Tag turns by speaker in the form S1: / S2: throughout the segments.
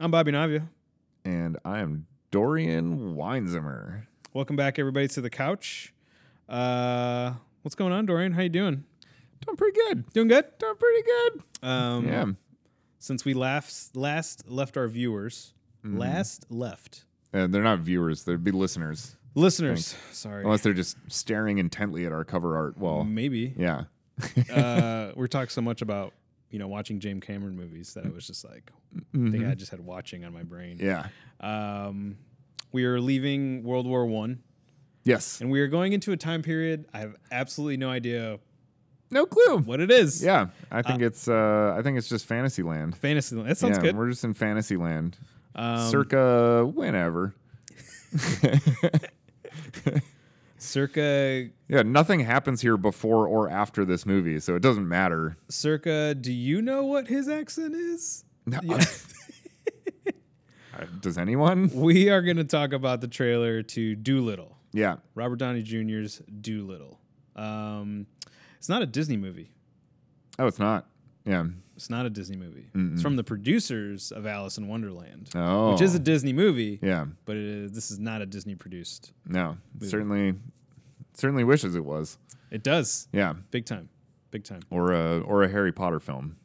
S1: I'm Bobby Navia.
S2: and I am Dorian Weinzimmer.
S1: Welcome back, everybody, to the couch. Uh, what's going on, Dorian? How you doing?
S2: Doing pretty good.
S1: Doing good.
S2: Doing pretty good.
S1: Um,
S2: yeah.
S1: Since we last last left our viewers,
S2: Mm-hmm.
S1: last left
S2: Uh, they're not viewers, they'd be listeners.
S1: listeners. Sorry.
S2: Unless they're just staring intently at our cover art. Well,
S1: Maybe
S2: yeah.
S1: uh, we're talking so much about you know watching James Cameron movies that I was just like, I think I just had watching on my brain.
S2: Mm-hmm. Yeah.
S1: Um, we are leaving World War One,
S2: Yes.
S1: and we are going into a time period I have absolutely no idea
S2: No clue.
S1: what it is.
S2: Yeah. I think it's uh I think it's just Fantasyland.
S1: Fantasy. That sounds
S2: yeah,
S1: good.
S2: we're just in Fantasyland.
S1: Um,
S2: Circa whenever.
S1: circa,
S2: Yeah, nothing happens here before or after this movie, so it doesn't matter.
S1: circa. Do you know what his accent is?
S2: Uh, Does anyone?
S1: We are going to talk about the trailer to Doolittle,
S2: Yeah.
S1: Robert Downey Jr.'s Doolittle. Um, it's not a Disney movie.
S2: Oh, it's not. Yeah.
S1: It's not a Disney movie. It's from the producers of Alice in Wonderland,
S2: Oh.
S1: which is a Disney movie,
S2: Yeah.
S1: but it is, this is not a Disney produced.
S2: No. Certainly certainly wishes it was.
S1: It does
S2: Yeah.
S1: big time, big time.
S2: Or a or a Harry Potter film.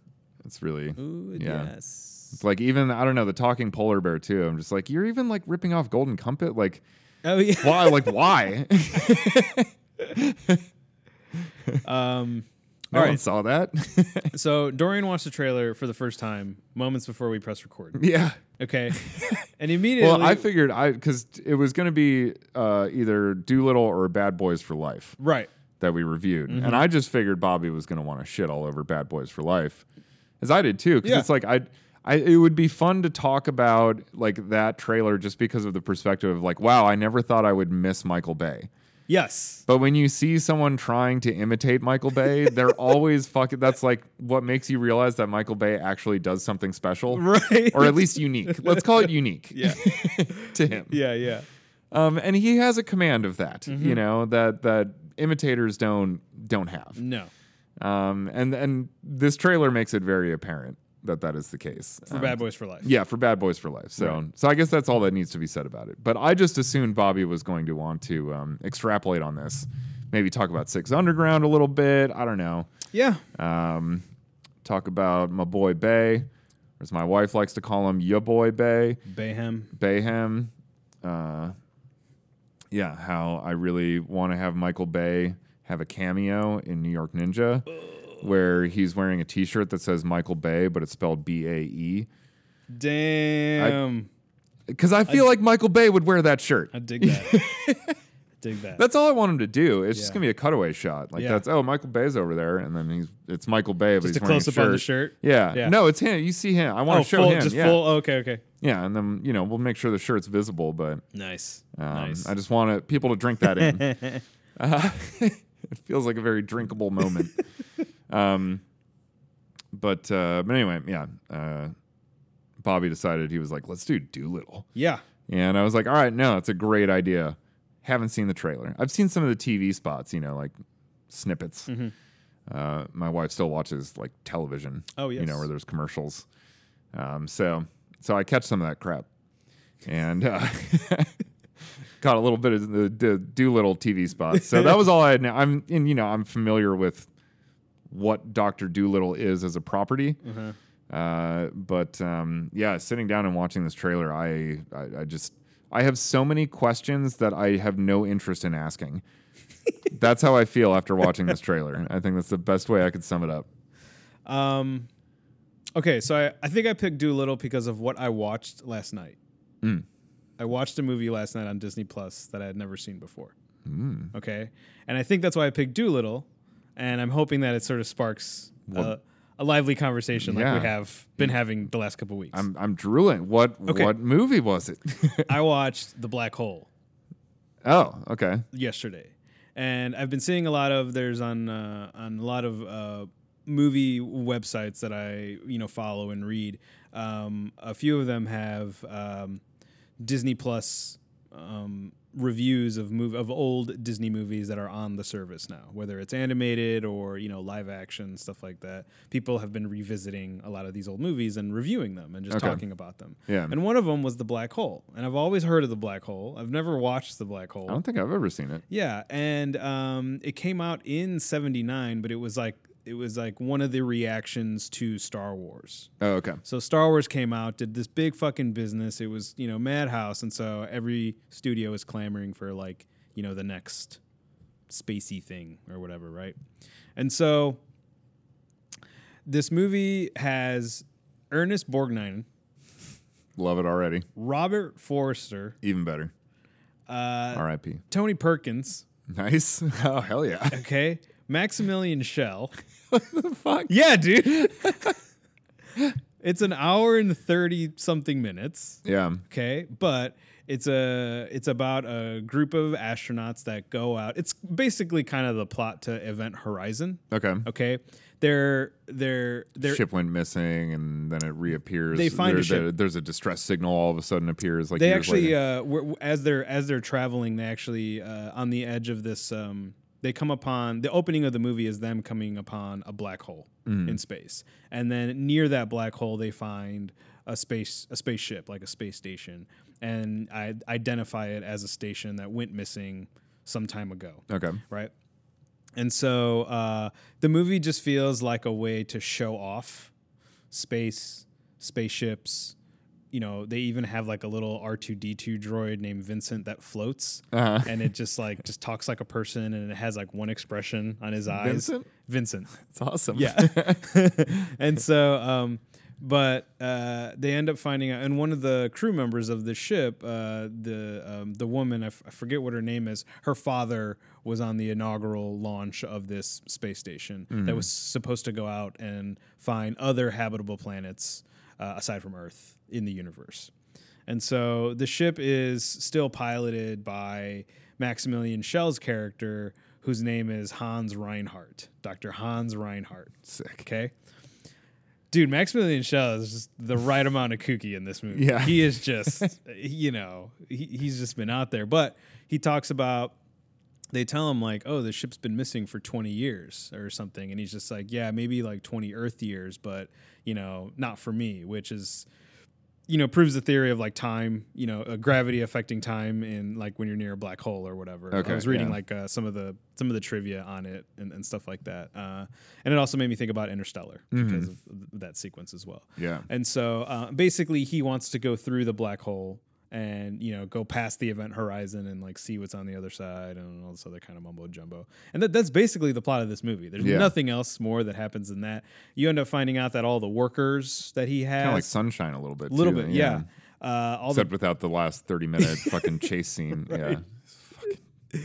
S2: It's really
S1: Ooh,
S2: Yeah.
S1: yes.
S2: it's like even I don't know, the talking polar bear too. I'm just like, you're even like ripping off Golden Compass? Like
S1: Oh yeah.
S2: why like why?
S1: Um,
S2: no
S1: all
S2: one
S1: right.
S2: saw that.
S1: So Dorian watched the trailer for the first time moments before we press record.
S2: yeah.
S1: Okay. and immediately.
S2: Well, I figured I because it was going to be uh, either Doolittle or Bad Boys for Life
S1: right.
S2: that we reviewed,
S1: Mm-hmm.
S2: and I just figured Bobby was going to want to shit all over Bad Boys for Life, as I did too. Because
S1: Yeah.
S2: it's like I, I, it would be fun to talk about like that trailer just because of the perspective of like, wow, I never thought I would miss Michael Bay.
S1: Yes.
S2: But when you see someone trying to imitate Michael Bay, they're always fucking. That's like what makes you realize that Michael Bay actually does something special,
S1: Right.
S2: or at least unique. Let's call it unique.
S1: Yeah.
S2: to him.
S1: Yeah. Yeah.
S2: Um, and he has a command of that,
S1: Mm-hmm.
S2: you know, that that imitators don't don't have.
S1: No.
S2: Um, and and this trailer makes it very apparent that that is the case.
S1: For
S2: Um,
S1: Bad Boys for Life.
S2: yeah, for Bad Boys for Life. So so I guess that's all that needs to be said about it. But I just assumed Bobby was going to want to um, extrapolate on this, maybe talk about Six Underground a little bit. I don't know.
S1: Yeah.
S2: Um, talk about my boy Bay, or as my wife likes to call him, ya boy Bay.
S1: Bayhem.
S2: Bayhem. Uh, yeah, how I really want to have Michael Bay have a cameo in New York Ninja, where he's wearing a T-shirt that says Michael Bay, but it's spelled B A E.
S1: Damn.
S2: Because I feel like Michael Bay would wear that shirt.
S1: I, dig that. dig that.
S2: That's all I want him to do. It's just
S1: Yeah.
S2: gonna be a cutaway shot. Like
S1: Yeah.
S2: that's oh Michael Bay's over there, and then he's it's Michael Bay, but
S1: Just
S2: he's
S1: a
S2: wearing
S1: close
S2: a
S1: up
S2: shirt.
S1: on the shirt.
S2: Yeah.
S1: Yeah.
S2: no, it's him. You see him. I want
S1: oh,
S2: to show
S1: full,
S2: him.
S1: just
S2: yeah,
S1: full. Okay. Okay.
S2: yeah, and then you know we'll make sure the shirt's visible, but
S1: Nice.
S2: Um,
S1: nice.
S2: I just want to, people to drink that in. uh, it feels like a very drinkable moment. um, but uh, but anyway, yeah. Uh, Bobby decided he was like, let's do Doolittle,
S1: yeah.
S2: and I was like, all right, no, it's a great idea. Haven't seen the trailer. I've seen some of the TV spots, you know, like snippets.
S1: Mm-hmm.
S2: Uh, my wife still watches like television.
S1: Oh,
S2: you know
S1: yes.
S2: where there's commercials. Um, so so I catch some of that crap, and uh, got a little bit of the, the Doolittle TV spots. So that was all I had. Now I'm and you know I'm familiar with what Doctor Doolittle is as a property. Uh, but um, yeah, sitting down and watching this trailer, I, I I just I have so many questions that I have no interest in asking. that's how I feel after watching this trailer. I think that's the best way I could sum it up.
S1: Um, okay, so I, I think I picked Doolittle because of what I watched last night.
S2: Mm.
S1: I watched a movie last night on Disney Plus that I had never seen before.
S2: Mm.
S1: Okay, and I think that's why I picked Doolittle, and I'm hoping that it sort of sparks uh, a lively conversation like
S2: Yeah. Mm.
S1: we have been having the last couple weeks.
S2: I'm I'm drooling. What
S1: Okay.
S2: what movie was it?
S1: I watched The Black Hole
S2: oh, okay.
S1: yesterday, and I've been seeing a lot of there's on uh, on a lot of uh, movie websites that I you know follow and read. Um, a few of them have um, Disney Plus um, reviews of move of old Disney movies that are on the service now, whether it's animated or you know live action stuff like that. People have been revisiting a lot of these old movies and reviewing them and just
S2: Okay.
S1: talking about them.
S2: Yeah.
S1: And one of them was the black hole, and I've always heard of the black hole. I've never watched the black hole.
S2: I don't think I've ever seen it.
S1: Yeah, and um, it came out in '79, but it was like it was like one of the reactions to Star Wars.
S2: Oh, okay.
S1: So Star Wars came out, did this big fucking business. It was you know madhouse, and so every studio is clamoring for like you know the next spacey thing or whatever, right? And so this movie has Ernest Borgnine,
S2: Love it already.
S1: Robert Forster,
S2: Even better.
S1: uh,
S2: R.I.P.
S1: Tony Perkins,
S2: Nice. Oh hell yeah.
S1: okay, Maximilian Schell.
S2: the fuck.
S1: Yeah, dude. it's an hour and 30 something minutes,
S2: Yeah.
S1: okay? But it's a it's about a group of astronauts that go out. It's basically kind of the plot to Event Horizon,
S2: Okay.
S1: okay? They're they're they're
S2: Ship went missing, and then it reappears.
S1: They find a ship.
S2: there- There's a distress signal. All of a sudden appears. Like
S1: they
S2: years
S1: actually
S2: later.
S1: uh, were, as they're as they're traveling they actually uh, on the edge of this um, they come upon the opening of the movie is them coming upon a black hole in space and then near that black hole they find a space a spaceship like a space station and i identify it as a station that went missing some time ago
S2: okay.
S1: right? And so uh, the movie just feels like a way to show off space, spaceships. You know, they even have like a little R two D two droid named Vincent that floats,
S2: Uh-huh.
S1: and it just like just talks like a person, and it has like one expression on his eyes.
S2: Vincent?
S1: Vincent.
S2: It's awesome.
S1: Yeah. and so, um, but uh, they end up finding out, and one of the crew members of the ship, uh, the um, the woman, I, f- I forget what her name is, her father was on the inaugural launch of this space station that was supposed to go out and find other habitable planets uh, aside from Earth in the universe. And so the ship is still piloted by Maximilian Schell's character, whose name is Hans Reinhardt, Dr. Hans Reinhardt.
S2: Sick.
S1: Okay. Dude, Maximilian Schell is just the right amount of kooky in this movie.
S2: Yeah.
S1: He is just, you know, he, he's just been out there. But he talks about, they tell him, like, oh, the ship's been missing for 20 years or something. And he's just like, yeah, maybe like 20 Earth years, but, you know, not for me, which is, you know, proves the theory of like time, you know, uh, gravity affecting time in like when you're near a black hole or whatever.
S2: Okay,
S1: I was reading
S2: yeah.
S1: like uh, some of the some of the trivia on it and, and stuff like that. Uh, and it also made me think about Interstellar because of th- that sequence as well.
S2: Mm-hmm. Yeah.
S1: And so uh, basically, he wants to go through the black hole and you know go past the event horizon and like see what's on the other side and all this other kind of mumbo jumbo. And that, that's basically the plot of this movie. There's
S2: Yeah.
S1: nothing else more that happens than that. You end up finding out that all the workers that he has
S2: Kind of like sunshine a little bit.
S1: a little
S2: too,
S1: bit, yeah. Uh, all
S2: Except without the last 30 minute fucking chase scene. Yeah. Fucking,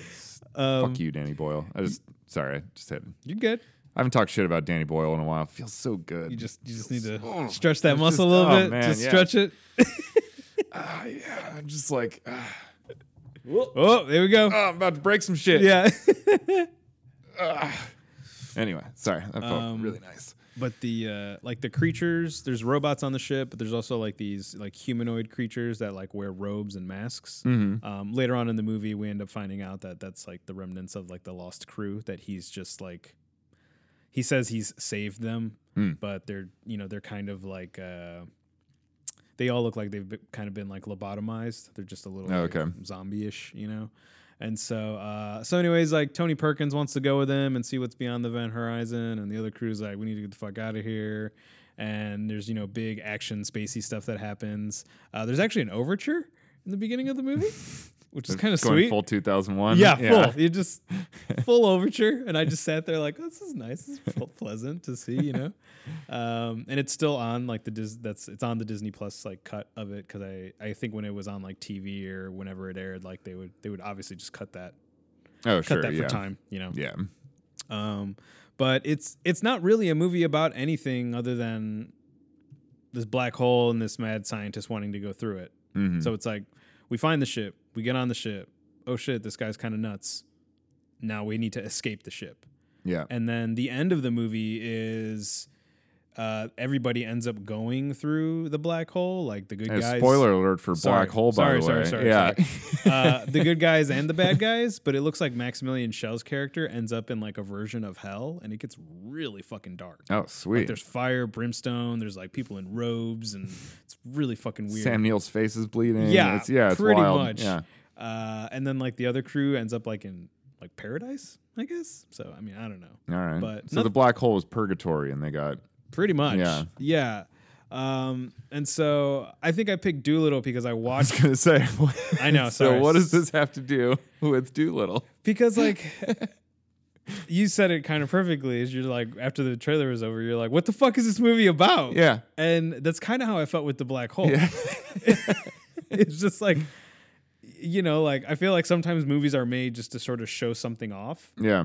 S1: Um,
S2: fuck you, Danny Boyle. I just, sorry, I just had,
S1: the, you're good.
S2: I haven't talked shit about Danny Boyle in a while. Feels so good.
S1: You just you just need to
S2: Oh,
S1: stretch that
S2: it's
S1: muscle
S2: just-
S1: a little
S2: oh,
S1: bit,
S2: man,
S1: just
S2: yeah.
S1: stretch it.
S2: Ah, yeah. I'm just like, ah,
S1: Oh, there we go.
S2: ah, I'm about to break some shit. Ah.
S1: yeah.
S2: Anyway, sorry. That felt
S1: Um,
S2: really nice.
S1: but the uh, like the creatures, there's robots on the ship, but there's also like these like humanoid creatures that like wear robes and masks.
S2: Mm-hmm.
S1: Um, later on in the movie, we end up finding out that that's like the remnants of like the lost crew that he's just like he says he's saved them,
S2: Hmm.
S1: but they're you know they're kind of like. Uh, they all look like they've be- kind of been like lobotomized. They're just a little
S2: Oh,
S1: like,
S2: okay.
S1: zombie-ish, you know. And so, uh, so anyways, like Tony Perkins wants to go with them and see what's beyond the event horizon, and the other crew's like, we need to get the fuck out of here. And there's you know big action spacey stuff that happens. Uh, there's actually an overture in the beginning of the movie, which is kind of
S2: Going
S1: sweet.
S2: full 2001.
S1: Yeah, full. You just full overture, and I just sat there like, oh, this is nice. This is ple- pleasant to see, you know. Um, and it's still on like the Dis- that's it's on the Disney Plus like cut of it because I I think when it was on like TV or whenever it aired, like they would they would obviously just cut that
S2: Oh,
S1: cut
S2: sure.
S1: that
S2: yeah.
S1: for time, you know.
S2: Yeah.
S1: Um, but it's it's not really a movie about anything other than this black hole and this mad scientist wanting to go through it.
S2: Mhm.
S1: So it's like we find the ship, we get on the ship. Oh shit, this guy's kind of nuts. Now we need to escape the ship.
S2: Yeah.
S1: And then the end of the movie is uh, everybody ends up going through the black hole, like the good
S2: And
S1: guys.
S2: spoiler alert for
S1: Sorry.
S2: Black Hole, by
S1: Sorry,
S2: the
S1: sorry,
S2: way.
S1: sorry,
S2: yeah.
S1: uh, the good guys and the bad guys, but it looks like Maximilian Schell's character ends up in like a version of hell, and it gets really fucking dark.
S2: oh, sweet.
S1: There's fire, brimstone. There's like people in robes, and it's really fucking weird.
S2: Sam Neill's face is bleeding.
S1: yeah,
S2: It's, yeah. It's
S1: pretty
S2: wild.
S1: much.
S2: Yeah.
S1: Uh, and then like the other crew ends up like in like paradise, I guess. So I mean, I don't know.
S2: All right.
S1: But
S2: so the black hole was purgatory, and they got
S1: Pretty much.
S2: Yeah.
S1: Yeah. Um, and so I think I picked Doolittle because I watched
S2: gonna say. what-
S1: I know,
S2: so
S1: sorry.
S2: what does this have to do with Doolittle?
S1: because like you said it kind of perfectly is you're like after the trailer was over, you're like, what the fuck is this movie about?
S2: Yeah.
S1: And that's kind of how I felt with the black hole.
S2: Yeah.
S1: it's just like you know, like I feel like sometimes movies are made just to sort of show something off,
S2: yeah.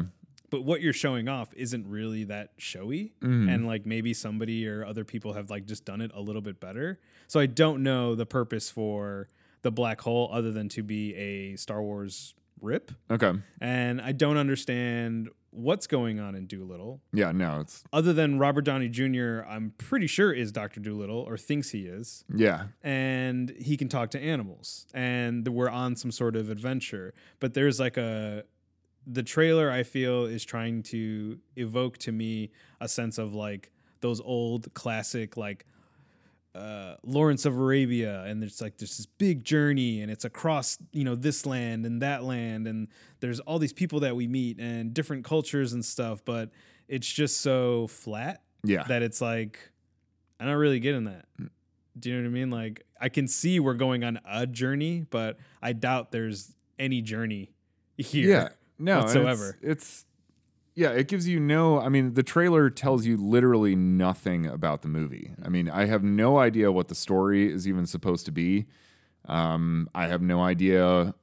S1: but what you're showing off isn't really that showy.
S2: Mm-hmm.
S1: And like maybe somebody or other people have like just done it a little bit better. So I don't know the purpose for the black hole other than to be a Star Wars rip.
S2: Okay.
S1: And I don't understand what's going on in Doolittle
S2: Yeah. No. It's
S1: other than Robert Downey Jr., I'm pretty sure is Dr. Doolittle or thinks he is
S2: yeah.
S1: and he can talk to animals and th- we're on some sort of adventure but there's like a the trailer i feel is trying to evoke to me a sense of like those old classic like uh, Lawrence of Arabia, and there's like there's this big journey, and it's across you know this land and that land, and there's all these people that we meet and different cultures and stuff, but it's just so flat
S2: Yeah.
S1: that it's like I'm not really getting that. Do you know what I mean? Like I can see we're going on a journey, but I doubt there's any journey here.
S2: Yeah. No. and it's-
S1: whatsoever.
S2: It's, yeah, it gives you no. I mean, the trailer tells you literally nothing about the movie. I mean, I have no idea what the story is even supposed to be. Um, I have no idea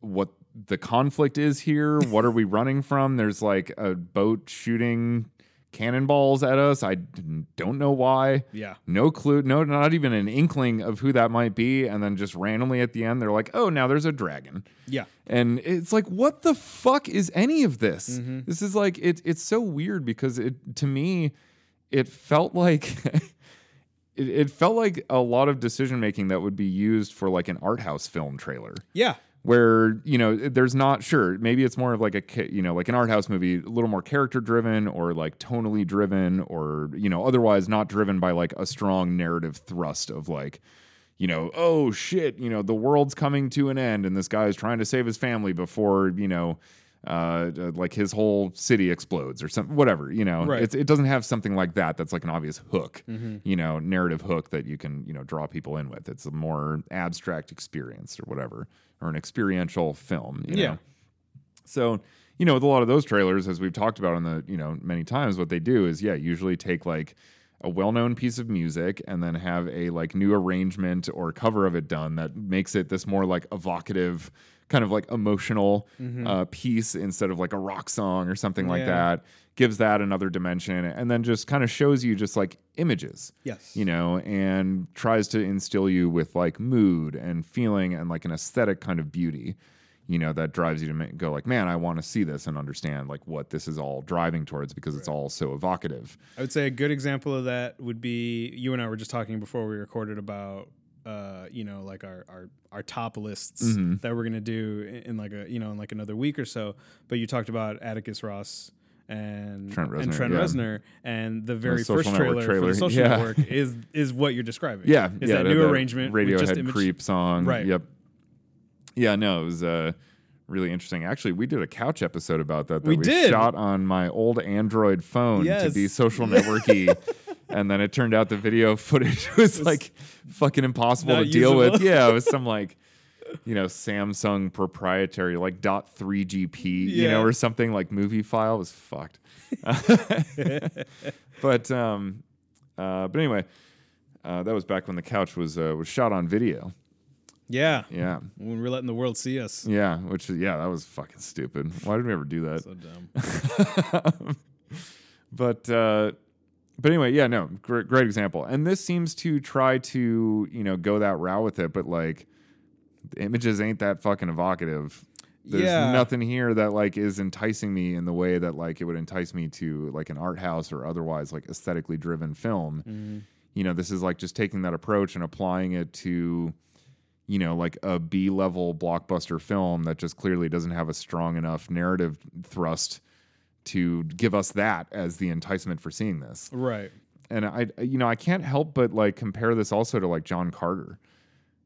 S2: what the conflict is here. what are we running from? There's like a boat shooting cannonballs at us. I d- don't know why.
S1: Yeah.
S2: no clue, no, not even an inkling of who that might be. And then just randomly at the end, they're like, oh, now there's a dragon.
S1: Yeah.
S2: And it's like, what the fuck is any of this? This is like, it, it's so weird because it, to me, it felt like. It, it felt like a lot of decision making that would be used for like an art house film trailer
S1: Yeah.
S2: where you know there's not sure maybe it's more of like a ca- you know like an art house movie a little more character driven or like tonally driven or you know otherwise not driven by like a strong narrative thrust of like you know oh shit you know the world's coming to an end and this guy is trying to save his family before you know uh, uh, like his whole city explodes or something whatever you know
S1: Right.
S2: it's, it doesn't have something like that that's like an obvious hook you know narrative hook that you can you know draw people in with it's a more abstract experience or whatever or an experiential film you
S1: Yeah.
S2: know? so you know with a lot of those trailers as we've talked about on the you know many times what they do is yeah usually take like a well-known piece of music and then have a like new arrangement or cover of it done that makes it this more like evocative kind of like emotional uh, piece instead of like a rock song or something like
S1: Yeah.
S2: that gives that another dimension and then just kind of shows you just like images
S1: Yes.
S2: you know, and tries to instill you with like mood and feeling and like an aesthetic kind of beauty, you know, that drives you to ma- go like, man, I want to see this and understand like what this is all driving towards because it's all so evocative.
S1: I would say a good example of that would be you and I were just talking before we recorded about uh, you know, like our our, our top lists
S2: Mm-hmm.
S1: that we're gonna do in, in like a you know in like another week or so. But you talked about Atticus Ross and
S2: Trent
S1: and
S2: Reznor,
S1: Trent
S2: yeah.
S1: Reznor, and the very
S2: Social
S1: first
S2: Network
S1: trailer, for
S2: trailer,
S1: the social
S2: yeah.
S1: network is is what you're describing.
S2: Yeah,
S1: is
S2: yeah,
S1: that
S2: the-
S1: new
S2: the
S1: arrangement with
S2: Radiohead
S1: just image-
S2: creep song.
S1: Right.
S2: Yep. Yeah, no, it was uh, really interesting. Actually, we did a couch episode about that. that
S1: We
S2: we,
S1: did.
S2: shot on my old Android phone to
S1: Yes.
S2: be social networky. and then it turned out the video footage was, like fucking impossible to
S1: not
S2: deal with.
S1: usable.
S2: Yeah, it was some like you know Samsung proprietary like dot three GP, you know,
S1: Yeah.
S2: or something like movie file It was fucked. but um, uh, but anyway, uh, that was back when the couch was uh, was shot on video.
S1: Yeah,
S2: Yeah, Mm.
S1: when we're letting the world see us.
S2: yeah, which yeah, that was fucking stupid. Why did we ever do that?
S1: So dumb.
S2: but uh, but anyway, yeah, no, great, great example. And this seems to try to you know go that route with it, but like the images ain't that fucking evocative. there's
S1: Yeah.
S2: nothing here that like is enticing me in the way that like it would entice me to like an art house or otherwise like aesthetically driven film
S1: Mm-hmm.
S2: you know this is like just taking that approach and applying it to you know like a b level blockbuster film that just clearly doesn't have a strong enough narrative thrust to give us that as the enticement for seeing this
S1: Right.
S2: and i you know i can't help but like compare this also to like john carter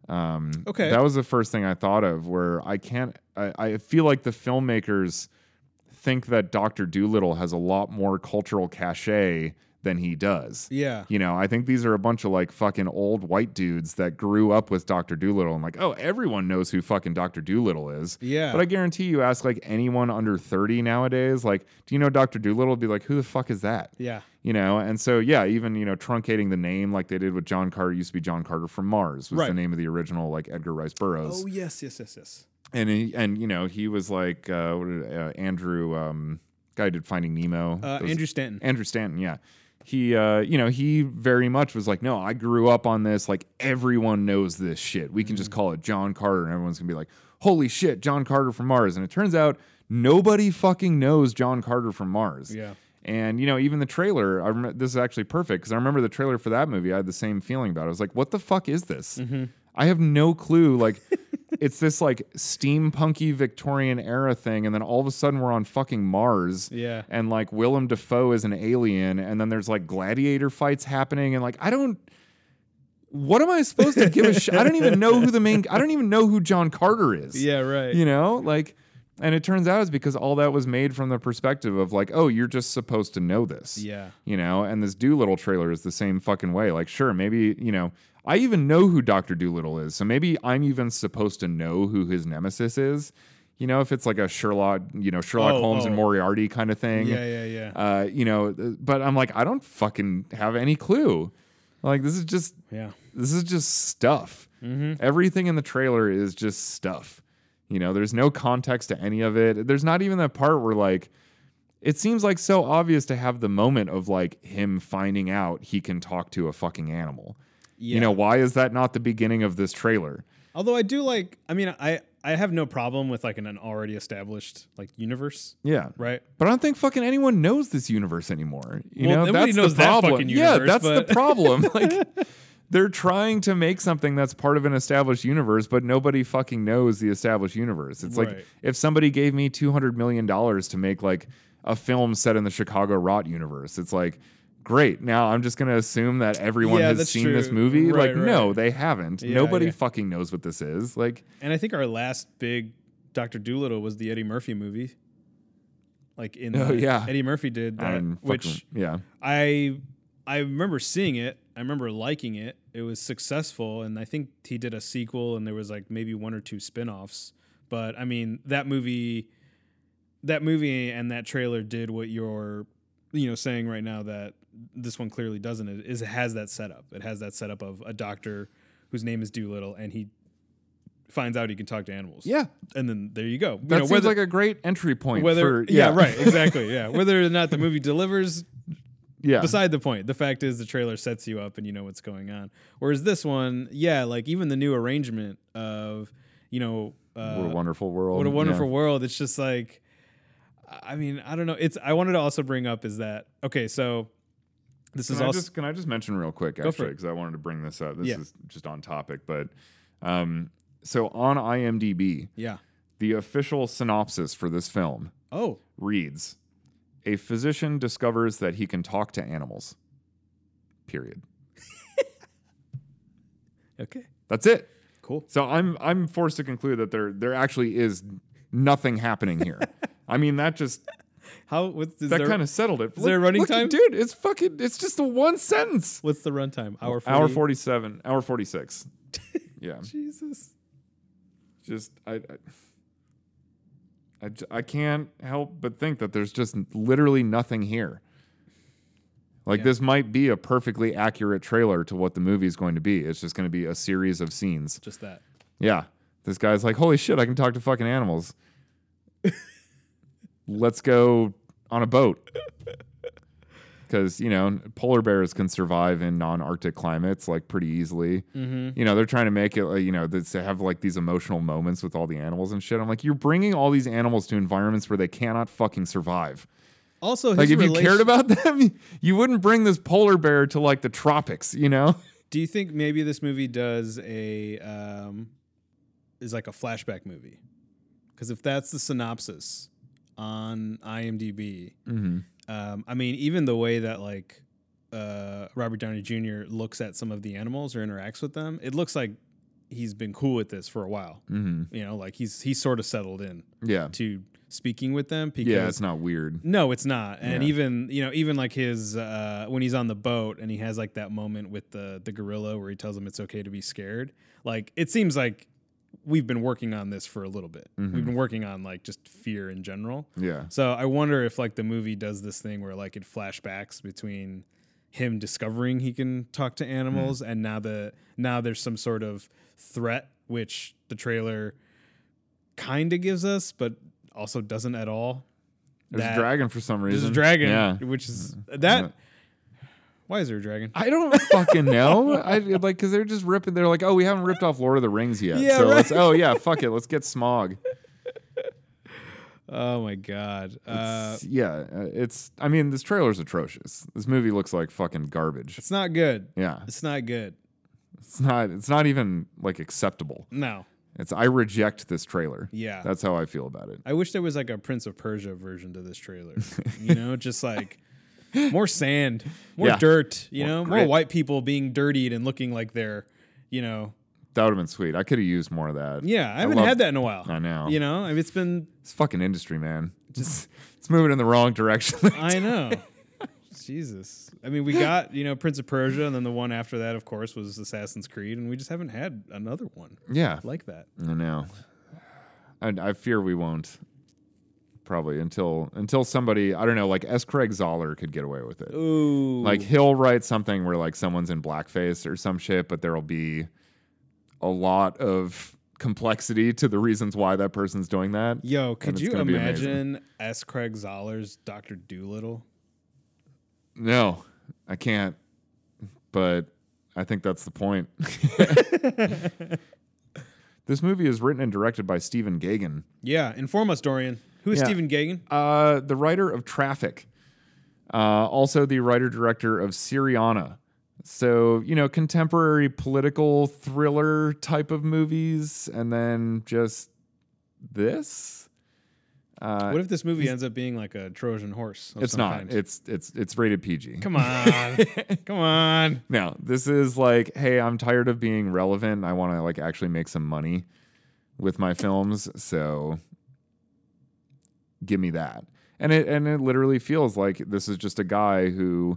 S2: um
S1: Okay.
S2: that was the first thing i thought of where i can't i, I feel like the filmmakers think that dr doolittle has a lot more cultural cachet than he does
S1: Yeah.
S2: you know, I think these are a bunch of like fucking old white dudes that grew up with Dr. Doolittle and like, oh, everyone knows who fucking Dr. Doolittle is.
S1: Yeah.
S2: But I guarantee you ask like anyone under 30 nowadays, like, do you know Dr. Doolittle? Be like, who the fuck is that?
S1: yeah.
S2: You know, and so yeah, even you know, truncating the name like they did with John Carter, it used to be John Carter from Mars was the
S1: Right.
S2: name of the original like Edgar Rice Burroughs,
S1: Oh yes, yes, yes, yes.
S2: and he, and you know he was like uh, what did, uh, Andrew um, guy who did Finding Nemo,
S1: Uh,
S2: Those-
S1: Andrew Stanton.
S2: Andrew Stanton, yeah. He, uh, you know, he very much was like, no, I grew up on this. Like everyone knows this shit. We can just call it John Carter, and everyone's gonna be like, holy shit, John Carter from Mars. And it turns out nobody fucking knows John Carter from Mars.
S1: Yeah.
S2: And you know, even the trailer, I remember this is actually perfect because I remember the trailer for that movie. I had the same feeling about it. I was like, what the fuck is this? I have no clue. Like, it's this like steampunky Victorian era thing, and then all of a sudden we're on fucking Mars
S1: Yeah.
S2: and like Willem Dafoe is an alien, and then there's like gladiator fights happening, and like I don't. What am I supposed to give a shit? I don't even know who the main. I don't even know who John Carter is.
S1: Yeah. Right.
S2: You know, like, and it turns out it's because all that was made from the perspective of like, oh, you're just supposed to know this.
S1: Yeah.
S2: You know, and this Doolittle trailer is the same fucking way. Like, sure, maybe you know, I even know who Doctor Doolittle is, so maybe I'm even supposed to know who his nemesis is. You know, if it's like a Sherlock, you know, Sherlock
S1: Oh,
S2: Holmes and
S1: oh.
S2: Moriarty kind of thing.
S1: Yeah. Yeah. Yeah.
S2: Uh, you know, th- but I'm like, I don't fucking have any clue. Like, this is just
S1: Yeah.
S2: this is just stuff. Everything in the trailer is just stuff. You know, there's no context to any of it. There's not even that part where like it seems like so obvious to have the moment of like him finding out he can talk to a fucking animal.
S1: Yeah.
S2: You know, why is that not the beginning of this trailer?
S1: Although I do like, I mean, I I have no problem with like an, an already established like universe,
S2: Yeah.
S1: right?
S2: But I don't think fucking anyone knows this universe anymore. You
S1: Well,
S2: know,
S1: nobody
S2: that's
S1: knows
S2: the
S1: that
S2: problem.
S1: fucking
S2: yeah,
S1: universe,
S2: that's the
S1: but-
S2: problem. Like they're trying to make something that's part of an established universe, but nobody fucking knows the established universe. It's like
S1: Right.
S2: if somebody gave me two hundred million dollars to make like a film set in the Chicago Rot universe, it's like great. Now I'm just gonna assume that everyone
S1: Yeah,
S2: has
S1: that's
S2: seen this
S1: true.
S2: movie. like
S1: Right, right.
S2: no, they haven't.
S1: Yeah,
S2: nobody
S1: yeah.
S2: fucking knows what this is. Like
S1: And I think our last big Doctor Doolittle was the Eddie Murphy movie. Like in
S2: Oh,
S1: the-
S2: yeah.
S1: Eddie Murphy did that,
S2: I'm fucking-
S1: which
S2: yeah.
S1: I I remember seeing it. I remember liking it. It was successful, and I think he did a sequel, and there was like maybe one or two spin-offs. But I mean, that movie, that movie, and that trailer did what you're, you know, saying right now that this one clearly doesn't. It is it has that setup. It has that setup of a doctor whose name is Doolittle, and he finds out he can talk to animals.
S2: Yeah.
S1: and then there you go. You
S2: That
S1: know,
S2: seems
S1: whether-
S2: like a great entry point
S1: whether
S2: for
S1: yeah. right exactly yeah whether or not the movie delivers
S2: yeah.
S1: beside the point the fact is the trailer sets you up and you know what's going on whereas this one yeah like even the new arrangement of you know uh,
S2: what a wonderful world.
S1: what a
S2: Yeah.
S1: wonderful world it's just like i mean i don't know it's i wanted to also bring up is that okay so this
S2: Can
S1: is
S2: I,
S1: also
S2: just, can I just mention real quick,
S1: for
S2: actually,
S1: it.
S2: because I wanted to bring this up. This
S1: Yeah.
S2: is just on topic, but um, so on IMDb,
S1: yeah
S2: the official synopsis for this film
S1: oh
S2: reads: A physician discovers that he can talk to animals. Period.
S1: okay
S2: That's it.
S1: cool
S2: So I'm I'm forced to conclude that there there actually is nothing happening here. I mean, that just
S1: how what's is
S2: that
S1: there,
S2: kind of settled it. Is
S1: there a running time?
S2: dude? It's fucking. It's just the one sentence.
S1: what's the runtime hour 40?
S2: Hour forty-seven. Hour forty-six. yeah.
S1: jesus
S2: just I, I, I j- I can't help but think that there's just literally nothing here. Like
S1: Yeah.
S2: this might be a perfectly accurate trailer to what the movie is going to be. It's just going to be a series of scenes.
S1: just that
S2: Yeah, this guy's like, holy shit, I can talk to fucking animals. Let's go on a boat. because you know polar bears can survive in non-Arctic climates like pretty easily.
S1: Mm-hmm.
S2: You know they're trying to make it like, you know that's- to have like these emotional moments with all the animals and shit. I'm like, you're bringing all these animals to environments where they cannot fucking survive.
S1: Also, his
S2: Like if you
S1: relation-
S2: cared about them, you wouldn't bring this polar bear to like the tropics. You know?
S1: do you think maybe this movie does a um, is like a flashback movie? Because if that's the synopsis on IMDb,
S2: Mm-hmm.
S1: um, I mean, even the way that like uh, Robert Downey Jr. looks at some of the animals or interacts with them, it looks like he's been cool with this for a while.
S2: Mm-hmm.
S1: You know, like he's he's sort of settled in
S2: Yeah.
S1: to speaking with them because
S2: Yeah. It's not weird.
S1: no, it's not. And
S2: Yeah.
S1: even you know, even like his uh, when he's on the boat and he has like that moment with the the gorilla where he tells him it's okay to be scared. Like it seems like we've been working on this for a little bit.
S2: Mm-hmm.
S1: We've been working on like just fear in general.
S2: Yeah.
S1: So I wonder if like the movie does this thing where like it flashbacks between him discovering he can talk
S2: Mm-hmm.
S1: to animals and now the now there's some sort of threat which the trailer kind of gives us but also doesn't at all.
S2: There's
S1: That-
S2: a dragon for some reason.
S1: There's a dragon,
S2: Yeah. Mm.
S1: which is that. Why is there a dragon?
S2: I don't fucking know. I like because they're just ripping. They're like, oh, we haven't ripped off Lord of the Rings yet.
S1: Yeah,
S2: so
S1: right.
S2: let's, oh yeah, fuck it, let's get Smog.
S1: Oh my god! Uh,
S2: It's- yeah, uh, it's. I mean, this trailer's atrocious. This movie looks like fucking garbage.
S1: it's not good.
S2: Yeah,
S1: It's not good.
S2: it's not. It's not even like acceptable.
S1: No.
S2: It's. I reject this trailer.
S1: Yeah.
S2: That's how I feel about it.
S1: I wish there was like a Prince of Persia version to this trailer. you know, just like more sand, more
S2: Yeah.
S1: dirt. You
S2: More
S1: know, more
S2: grit.
S1: white people being dirtied and looking like they're, you know,
S2: That would have been sweet. I could have used more of that.
S1: yeah. I haven't
S2: love-
S1: had that in a while.
S2: I know.
S1: You know, I mean, it's been.
S2: It's fucking industry, man. Just it's moving in the wrong direction.
S1: I know. Jesus. I mean, we got you know Prince of Persia, and then the one after that, of course, was Assassin's Creed, and we just haven't had another one
S2: yeah.
S1: like that.
S2: I know. And I fear we won't. Probably until until somebody I don't know, like S. Craig Zoller could get away with it.
S1: Ooh.
S2: Like he'll write something where like someone's in blackface or some shit, but there'll be a lot of complexity to the reasons why that person's doing that.
S1: Yo, could
S2: it's
S1: you
S2: gonna be amazing.
S1: imagine S. Craig Zoller's Doctor Doolittle?
S2: No, I can't. But I think that's the point. this movie is written and directed by Stephen Gagan.
S1: Yeah, inform us, Dorian. Who is
S2: Yeah.
S1: Stephen Gagan?
S2: uh, the writer of Traffic, uh, also the writer director of Syriana. So, you know, contemporary political thriller type of movies, and then just this. Uh,
S1: What if this movie ends up being like a Trojan horse? of
S2: it's
S1: some
S2: not.
S1: kind?
S2: It's it's it's rated PG.
S1: Come on. Come on.
S2: No, this is like, hey, I'm tired of being relevant. I want to like actually make some money with my films, so give me that. And it and it literally feels like this is just a guy who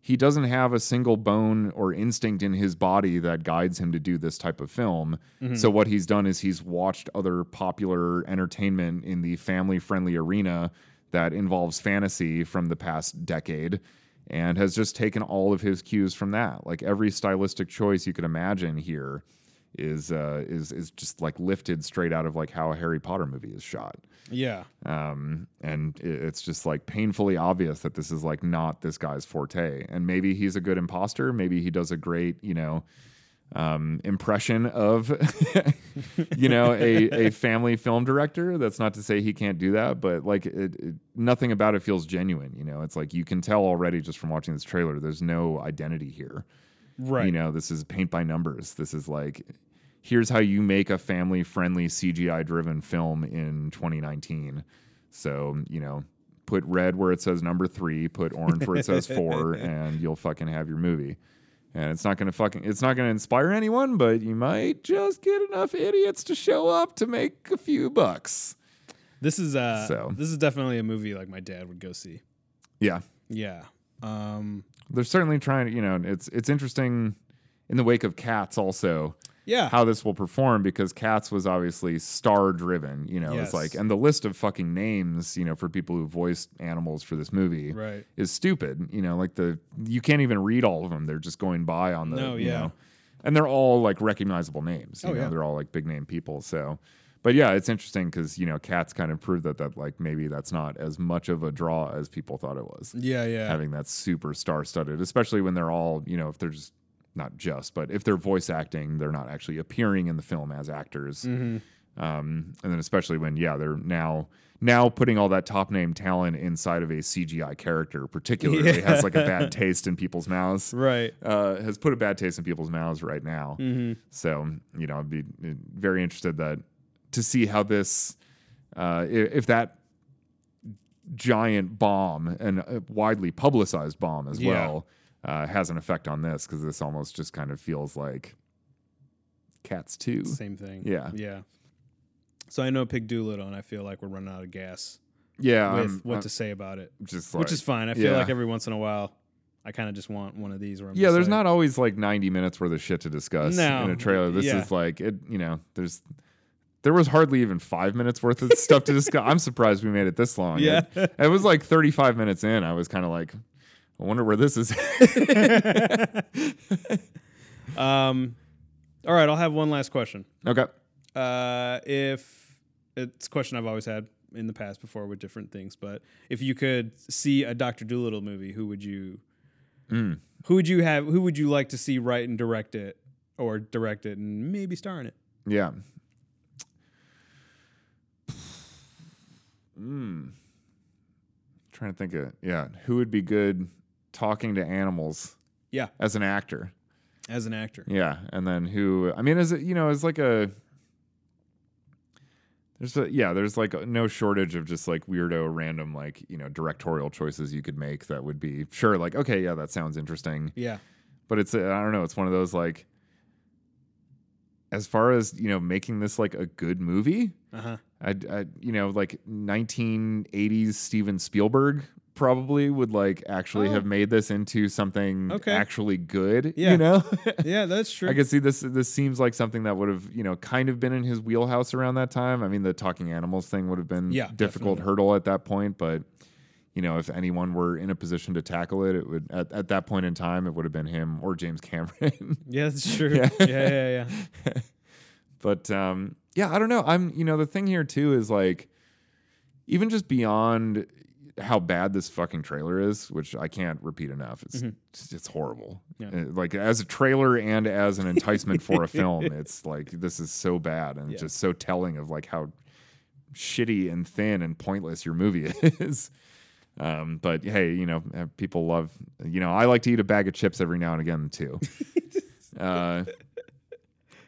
S2: he doesn't have a single bone or instinct in his body that guides him to do this type of film. So what he's done is he's watched other popular entertainment in the family-friendly arena that involves fantasy from the past decade and has just taken all of his cues from that. Like every stylistic choice you could imagine here is uh, is is just like lifted straight out of like how a Harry Potter movie is shot
S1: Yeah.
S2: um, and it, it's just like painfully obvious that this is like not this guy's forte. And maybe he's a good imposter. Maybe he does a great, you know, um, impression of, you know, a, a family film director. That's not to say he can't do that, but like it, it, nothing about it feels genuine. You know, it's like you can tell already just from watching this trailer. There's no identity here.
S1: Right.
S2: You know, this is paint by numbers. This is like. Here's how you make a family friendly CGI driven film in 2019. So, you know, put red where it says number three, put orange where it says four, and you'll fucking have your movie. And it's not gonna fucking it's not gonna inspire anyone, but you might just get enough idiots to show up to make a few bucks.
S1: This is uh
S2: So.
S1: this is definitely a movie like my dad would go see.
S2: Yeah.
S1: Yeah. Um
S2: They're certainly trying to, you know, it's it's interesting in the wake of cats also.
S1: yeah.
S2: how this will perform because Cats was obviously star driven, you know,
S1: Yes.
S2: it's like and the list of fucking names, you know, for people who voiced animals for this movie
S1: Right.
S2: is stupid, you know, like the you can't even read all of them. They're just going by on the
S1: No,
S2: you
S1: yeah.
S2: know. And they're all like recognizable names, you
S1: Oh,
S2: know,
S1: yeah.
S2: they're all like big name people, so but yeah, it's interesting because you know cats kind of proved that that like maybe that's not as much of a draw as people thought it was.
S1: Yeah, yeah.
S2: Having that super star-studded, especially when they're all you know if they're just not just but if they're voice acting, they're not actually appearing in the film as actors.
S1: hmm
S2: Um, and then especially when yeah they're now now putting all that top name talent inside of a CGI character, particularly
S1: Yeah.
S2: has like a bad taste in people's mouths.
S1: Right.
S2: Uh, has put a bad taste in people's mouths right now.
S1: hmm
S2: So you know, I'd be uh, very interested that to see how this, uh, i- if that giant bomb and a widely publicized bomb as
S1: Yeah.
S2: well uh, has an effect on this because this almost just kind of feels like cats too.
S1: Same thing.
S2: Yeah.
S1: Yeah. So I know Pig Doolittle, and I feel like we're running out of gas
S2: Yeah,
S1: with
S2: I'm-
S1: what
S2: I'm
S1: to say about it,
S2: just
S1: which
S2: like-
S1: is fine. I feel
S2: yeah.
S1: like every once in a while, I kind of just want one of these. Where I'm
S2: yeah.
S1: just
S2: There's
S1: like-
S2: not always like 90 minutes worth of shit to discuss
S1: No,
S2: in a trailer. This
S1: yeah.
S2: is like it. You know, there's. There was hardly even five minutes worth of stuff to discuss. I'm surprised we made it this long.
S1: Yeah.
S2: It- it was like 35 minutes in i was kind of like i wonder where this is
S1: Um. All right, I'll have one last question.
S2: okay
S1: Uh, if it's a question I've always had in the past before with different things, but if you could see a Doctor Doolittle movie, who would you?
S2: Mm.
S1: Who would you have? Who would you like to see write and direct it, or direct it and maybe star in it?
S2: yeah mm. trying to think of yeah who would be good talking to animals
S1: Yeah.
S2: as an actor
S1: as an actor.
S2: yeah and then who i mean is it you know is like a there's a, yeah, there's like no shortage of just like weirdo, random, like, you know, directorial choices you could make that would be sure, like, okay, yeah, that sounds interesting.
S1: Yeah,
S2: but it's I don't know. It's one of those like, as far as you know, making this like a good movie.
S1: uh huh.
S2: I, I you know like 1980s Steven Spielberg probably would like actually
S1: Oh.
S2: have made this into something
S1: Okay.
S2: actually good.
S1: Yeah.
S2: You know.
S1: Yeah, that's true.
S2: I can see this. This seems like something that would have, you know, kind of been in his wheelhouse around that time. I mean, the talking animals thing would have been
S1: Yeah,
S2: difficult
S1: definitely.
S2: hurdle at that point, but you know, if anyone were in a position to tackle it, it would at, at that point in time it would have been him or James Cameron.
S1: Yeah, that's true. Yeah,
S2: Yeah.
S1: yeah, yeah.
S2: but um, yeah, I don't know. I'm you know the thing here too is like even just beyond how bad this fucking trailer is, which I can't repeat enough. It's it's, it's horrible.
S1: Mm-hmm. Yeah.
S2: Uh, Like as a trailer and as an enticement for a film, it's like this is so bad and
S1: Yeah.
S2: just so telling of like how shitty and thin and pointless your movie is. Um, but hey, you know, uh, people love, you know, I like to eat a bag of chips every now and again too. uh,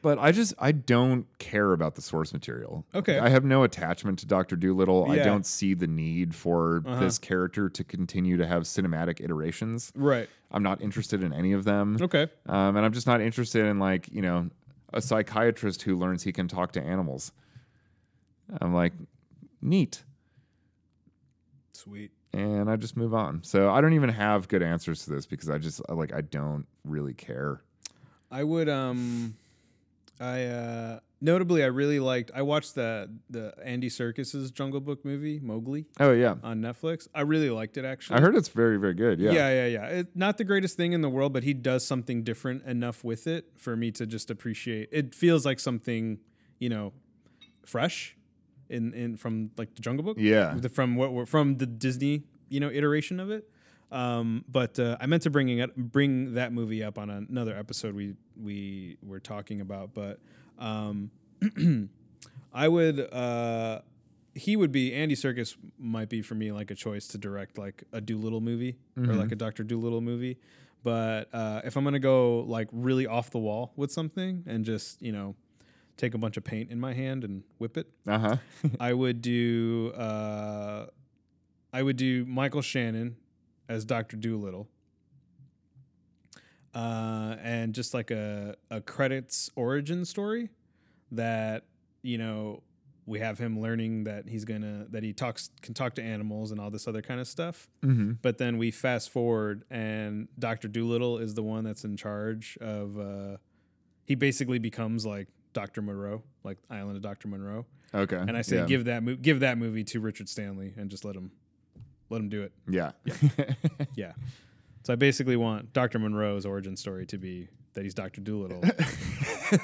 S2: but I just, I don't care about the source material.
S1: Okay.
S2: I have no attachment to Dr. Doolittle.
S1: Yeah.
S2: I don't see the need for
S1: Uh-huh.
S2: this character to continue to have cinematic iterations.
S1: Right.
S2: I'm not interested in any of them.
S1: Okay.
S2: Um, and I'm just not interested in like, you know, a psychiatrist who learns he can talk to animals. I'm like, neat
S1: Sweet.
S2: and I just move on. So I don't even have good answers to this because I just I, like I don't really care.
S1: I would um I uh notably I really liked I watched the the Andy Circus's Jungle Book movie, Mowgli,
S2: Oh yeah,
S1: on Netflix. I really liked it actually.
S2: I heard it's very very good. Yeah,
S1: yeah, yeah, yeah. It, not the greatest thing in the world, but he does something different enough with it for me to just appreciate. It feels like something, you know, fresh in in from like the Jungle Book.
S2: Yeah.
S1: The, from what we're from the Disney, you know, iteration of it. Um, but uh, I meant to bring it bring that movie up on another episode we we were talking about, but um, I would uh, he would be Andy Circus might be for me like a choice to direct like a Doolittle movie or like a Doctor Doolittle movie. But uh, if I'm gonna go like really off the wall with something and just you know take a bunch of paint in my hand and whip it,
S2: Uh huh.
S1: I would do uh, I would do Michael Shannon as Doctor Doolittle. Uh, and just like a, a credits origin story that you know we have him learning that he's gonna that he talks can talk to animals and all this other kind of stuff
S2: hmm
S1: but then we fast forward and dr doolittle is the one that's in charge of uh he basically becomes like dr monroe like island of dr monroe
S2: Okay.
S1: and I say
S2: yeah.
S1: give that mo- give that movie to Richard Stanley and just let him let him do it.
S2: Yeah.
S1: Yeah. So I basically want Dr. Monroe's origin story to be that he's Dr. Doolittle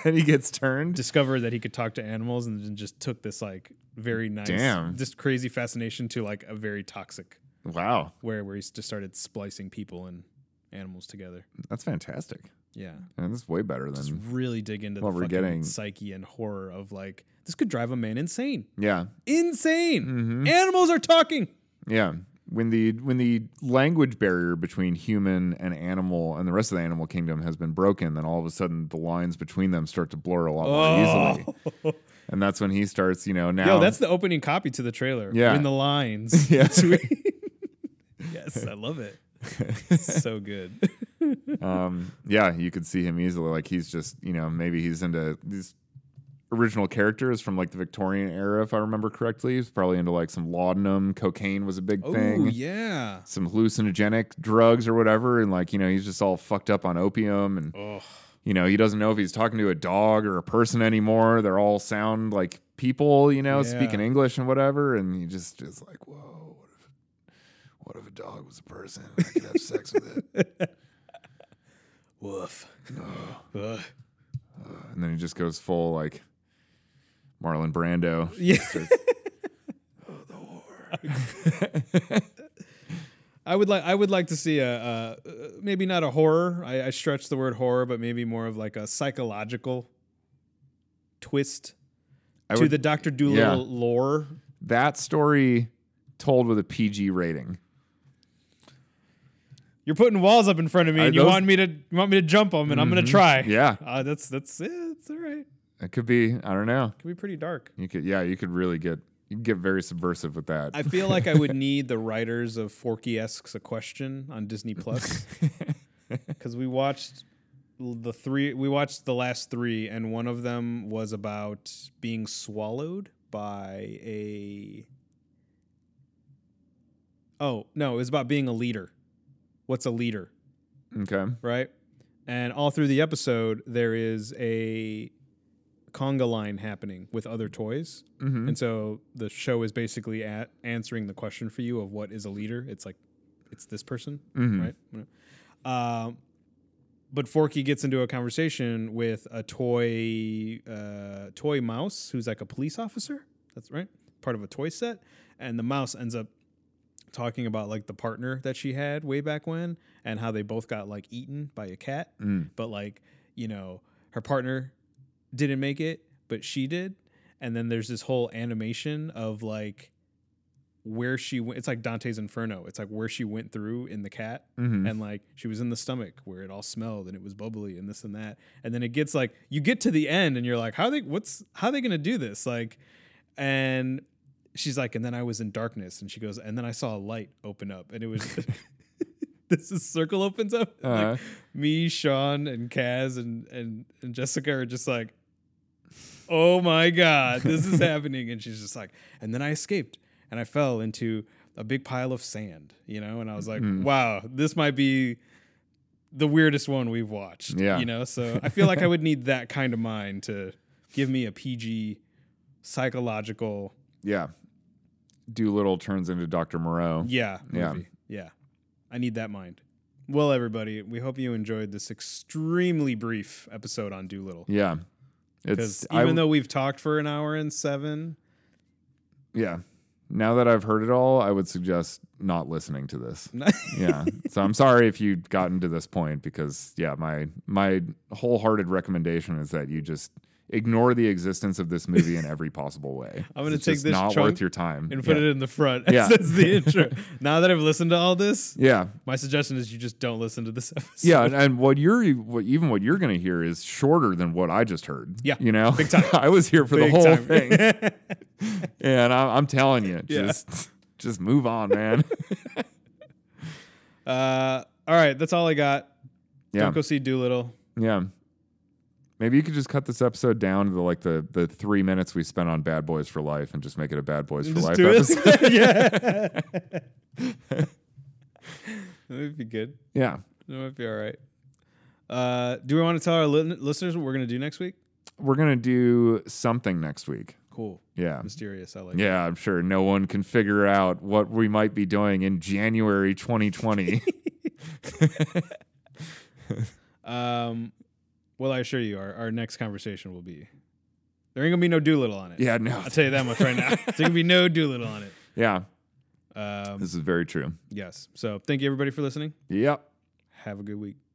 S2: and he gets turned.
S1: discovered that he could talk to animals and then just took this like very nice
S2: Damn.
S1: this crazy fascination to like a very toxic
S2: Wow,
S1: where where he just started splicing people and animals together.
S2: that's fantastic.
S1: Yeah.
S2: And that's way better
S1: Just
S2: than
S1: really dig into
S2: what
S1: the
S2: we're
S1: fucking
S2: getting-
S1: psyche and horror of like this could drive a man insane.
S2: yeah,
S1: Insane.
S2: Mm-hmm.
S1: Animals are talking.
S2: yeah. When the when the language barrier between human and animal and the rest of the animal kingdom has been broken, then all of a sudden the lines between them start to blur a lot more easily.
S1: Oh.
S2: And that's when he starts, you know, now
S1: Yo, that's the opening copy to the trailer.
S2: Um, Yeah.
S1: In the lines.
S2: Yeah.
S1: between- yes, I love it. so good.
S2: um, yeah, you could see him easily. Like he's just, you know, maybe he's into these original characters from like the Victorian era, if I remember correctly. He's probably into like some laudanum, cocaine was a big
S1: Oh
S2: thing,
S1: yeah.
S2: some hallucinogenic drugs or whatever. And like, you know, he's just all fucked up on opium and
S1: Oh.
S2: you know, he doesn't know if he's talking to a dog or a person anymore. They're all sound like people, you know,
S1: Yeah.
S2: speaking English and whatever. And he just is like, whoa, what if, what if a dog was a person? I could have sex with it.
S1: Woof. Ugh.
S2: And then he just goes full like Marlon Brando.
S1: Yeah. Oh, I would like I would like to see a, uh uh, maybe not a horror. I, I stretch the word horror, but maybe more of like a psychological twist
S2: I
S1: to
S2: would-
S1: the Doctor Doolittle
S2: yeah.
S1: lore.
S2: That story told with a PG rating.
S1: You're putting walls up in front of me,
S2: Are
S1: and you
S2: those- Mm-hmm.
S1: want me to you want me to jump them, and I'm gonna try.
S2: Yeah.
S1: uh, that's that's it. It's all right.
S2: It could be, I don't know.
S1: Could be pretty dark.
S2: You could, yeah, you could really get, you could get very subversive with that.
S1: I feel like I would need the writers of Forky Asks a Question on Disney Plus because we watched l- the three. We watched the last three, and one of them was about being swallowed by a. Oh no! It was about being a leader. What's a leader,
S2: okay.
S1: right? And all through the episode, there is a conga line happening with other toys.
S2: hmm
S1: And so the show is basically at answering the question for you of what is a leader. It's like, it's this person,
S2: Mhm.
S1: right? Um, but Forky gets into a conversation with a toy, uh, toy mouse who's like a police officer. That's right, part of a toy set, and the mouse ends up talking about like the partner that she had way back when and how they both got like eaten by a cat
S2: Mm.
S1: but like you know her partner didn't make it but she did and then there's this whole animation of like where she went it's like dante's inferno it's like where she went through in the cat
S2: Mhm.
S1: and like she was in the stomach where it all smelled and it was bubbly and this and that and then it gets like you get to the end and you're like how they what's how they gonna do this like and she's like and then i was in darkness and she goes and then i saw a light open up and it was this is circle opens up and, like,
S2: Uh-huh.
S1: me, Sean, and Kaz and, and and Jessica are just like, oh my god, this is happening. And she's just like, and then I escaped and I fell into a big pile of sand, you know. And I was like,
S2: Hmm.
S1: wow, this might be the weirdest one we've watched.
S2: Yeah.
S1: You know, so I feel like I would need that kind of mind to give me a PG psychological
S2: Yeah. Doolittle turns into Dr. Moreau.
S1: Yeah.
S2: Yeah.
S1: Movie. Yeah. I need that mind. Well, everybody, we hope you enjoyed this extremely brief episode on Doolittle.
S2: Yeah. It's
S1: Because
S2: I-
S1: even though we've talked for an hour and seven,
S2: yeah. Now that I've heard it all, I would suggest not listening to this. yeah. So I'm sorry if you've gotten to this point because yeah, my my wholehearted recommendation is that you just ignore the existence of this movie in every possible way.
S1: I'm gonna
S2: It's
S1: take
S2: just
S1: this
S2: not
S1: chunk
S2: worth your time.
S1: and put
S2: yeah.
S1: it in the front.
S2: Yeah.
S1: That's the intro. Now that I've listened to all this,
S2: Yeah.
S1: my suggestion is you just don't listen to this episode.
S2: Yeah, and, and what you're e, what, even what you're going to hear is shorter than what I just heard.
S1: Yeah.
S2: you know,
S1: Big time.
S2: I was here for
S1: Big
S2: the whole
S1: time.
S2: thing. And I, I'm telling you,
S1: Yeah.
S2: just just move on, man.
S1: uh, all right. That's all I got.
S2: yeah,
S1: Don't go see Doolittle.
S2: yeah. Maybe you could just cut this episode down to like the the three minutes we spent on Bad Boys for Life, and just make it a Bad Boys for
S1: Just
S2: Life
S1: do
S2: episode.
S1: it. yeah. that would be good.
S2: yeah.
S1: That might be all right. Uh, do we want to tell our li- listeners what we're going to do next week?
S2: We're gonna do something next week.
S1: Cool.
S2: Yeah.
S1: Mysterious. I like it.
S2: Yeah, I'm sure no one can figure out what we might be doing in January 2020.
S1: Um, Well, I assure you, our, our next conversation will be there ain't gonna be no Doolittle on it.
S2: Yeah, no.
S1: I'll tell you that much right now. There's gonna be no Doolittle on it.
S2: Yeah,
S1: Um,
S2: this is very true.
S1: yes. So thank you everybody for listening.
S2: Yep.
S1: Have a good week.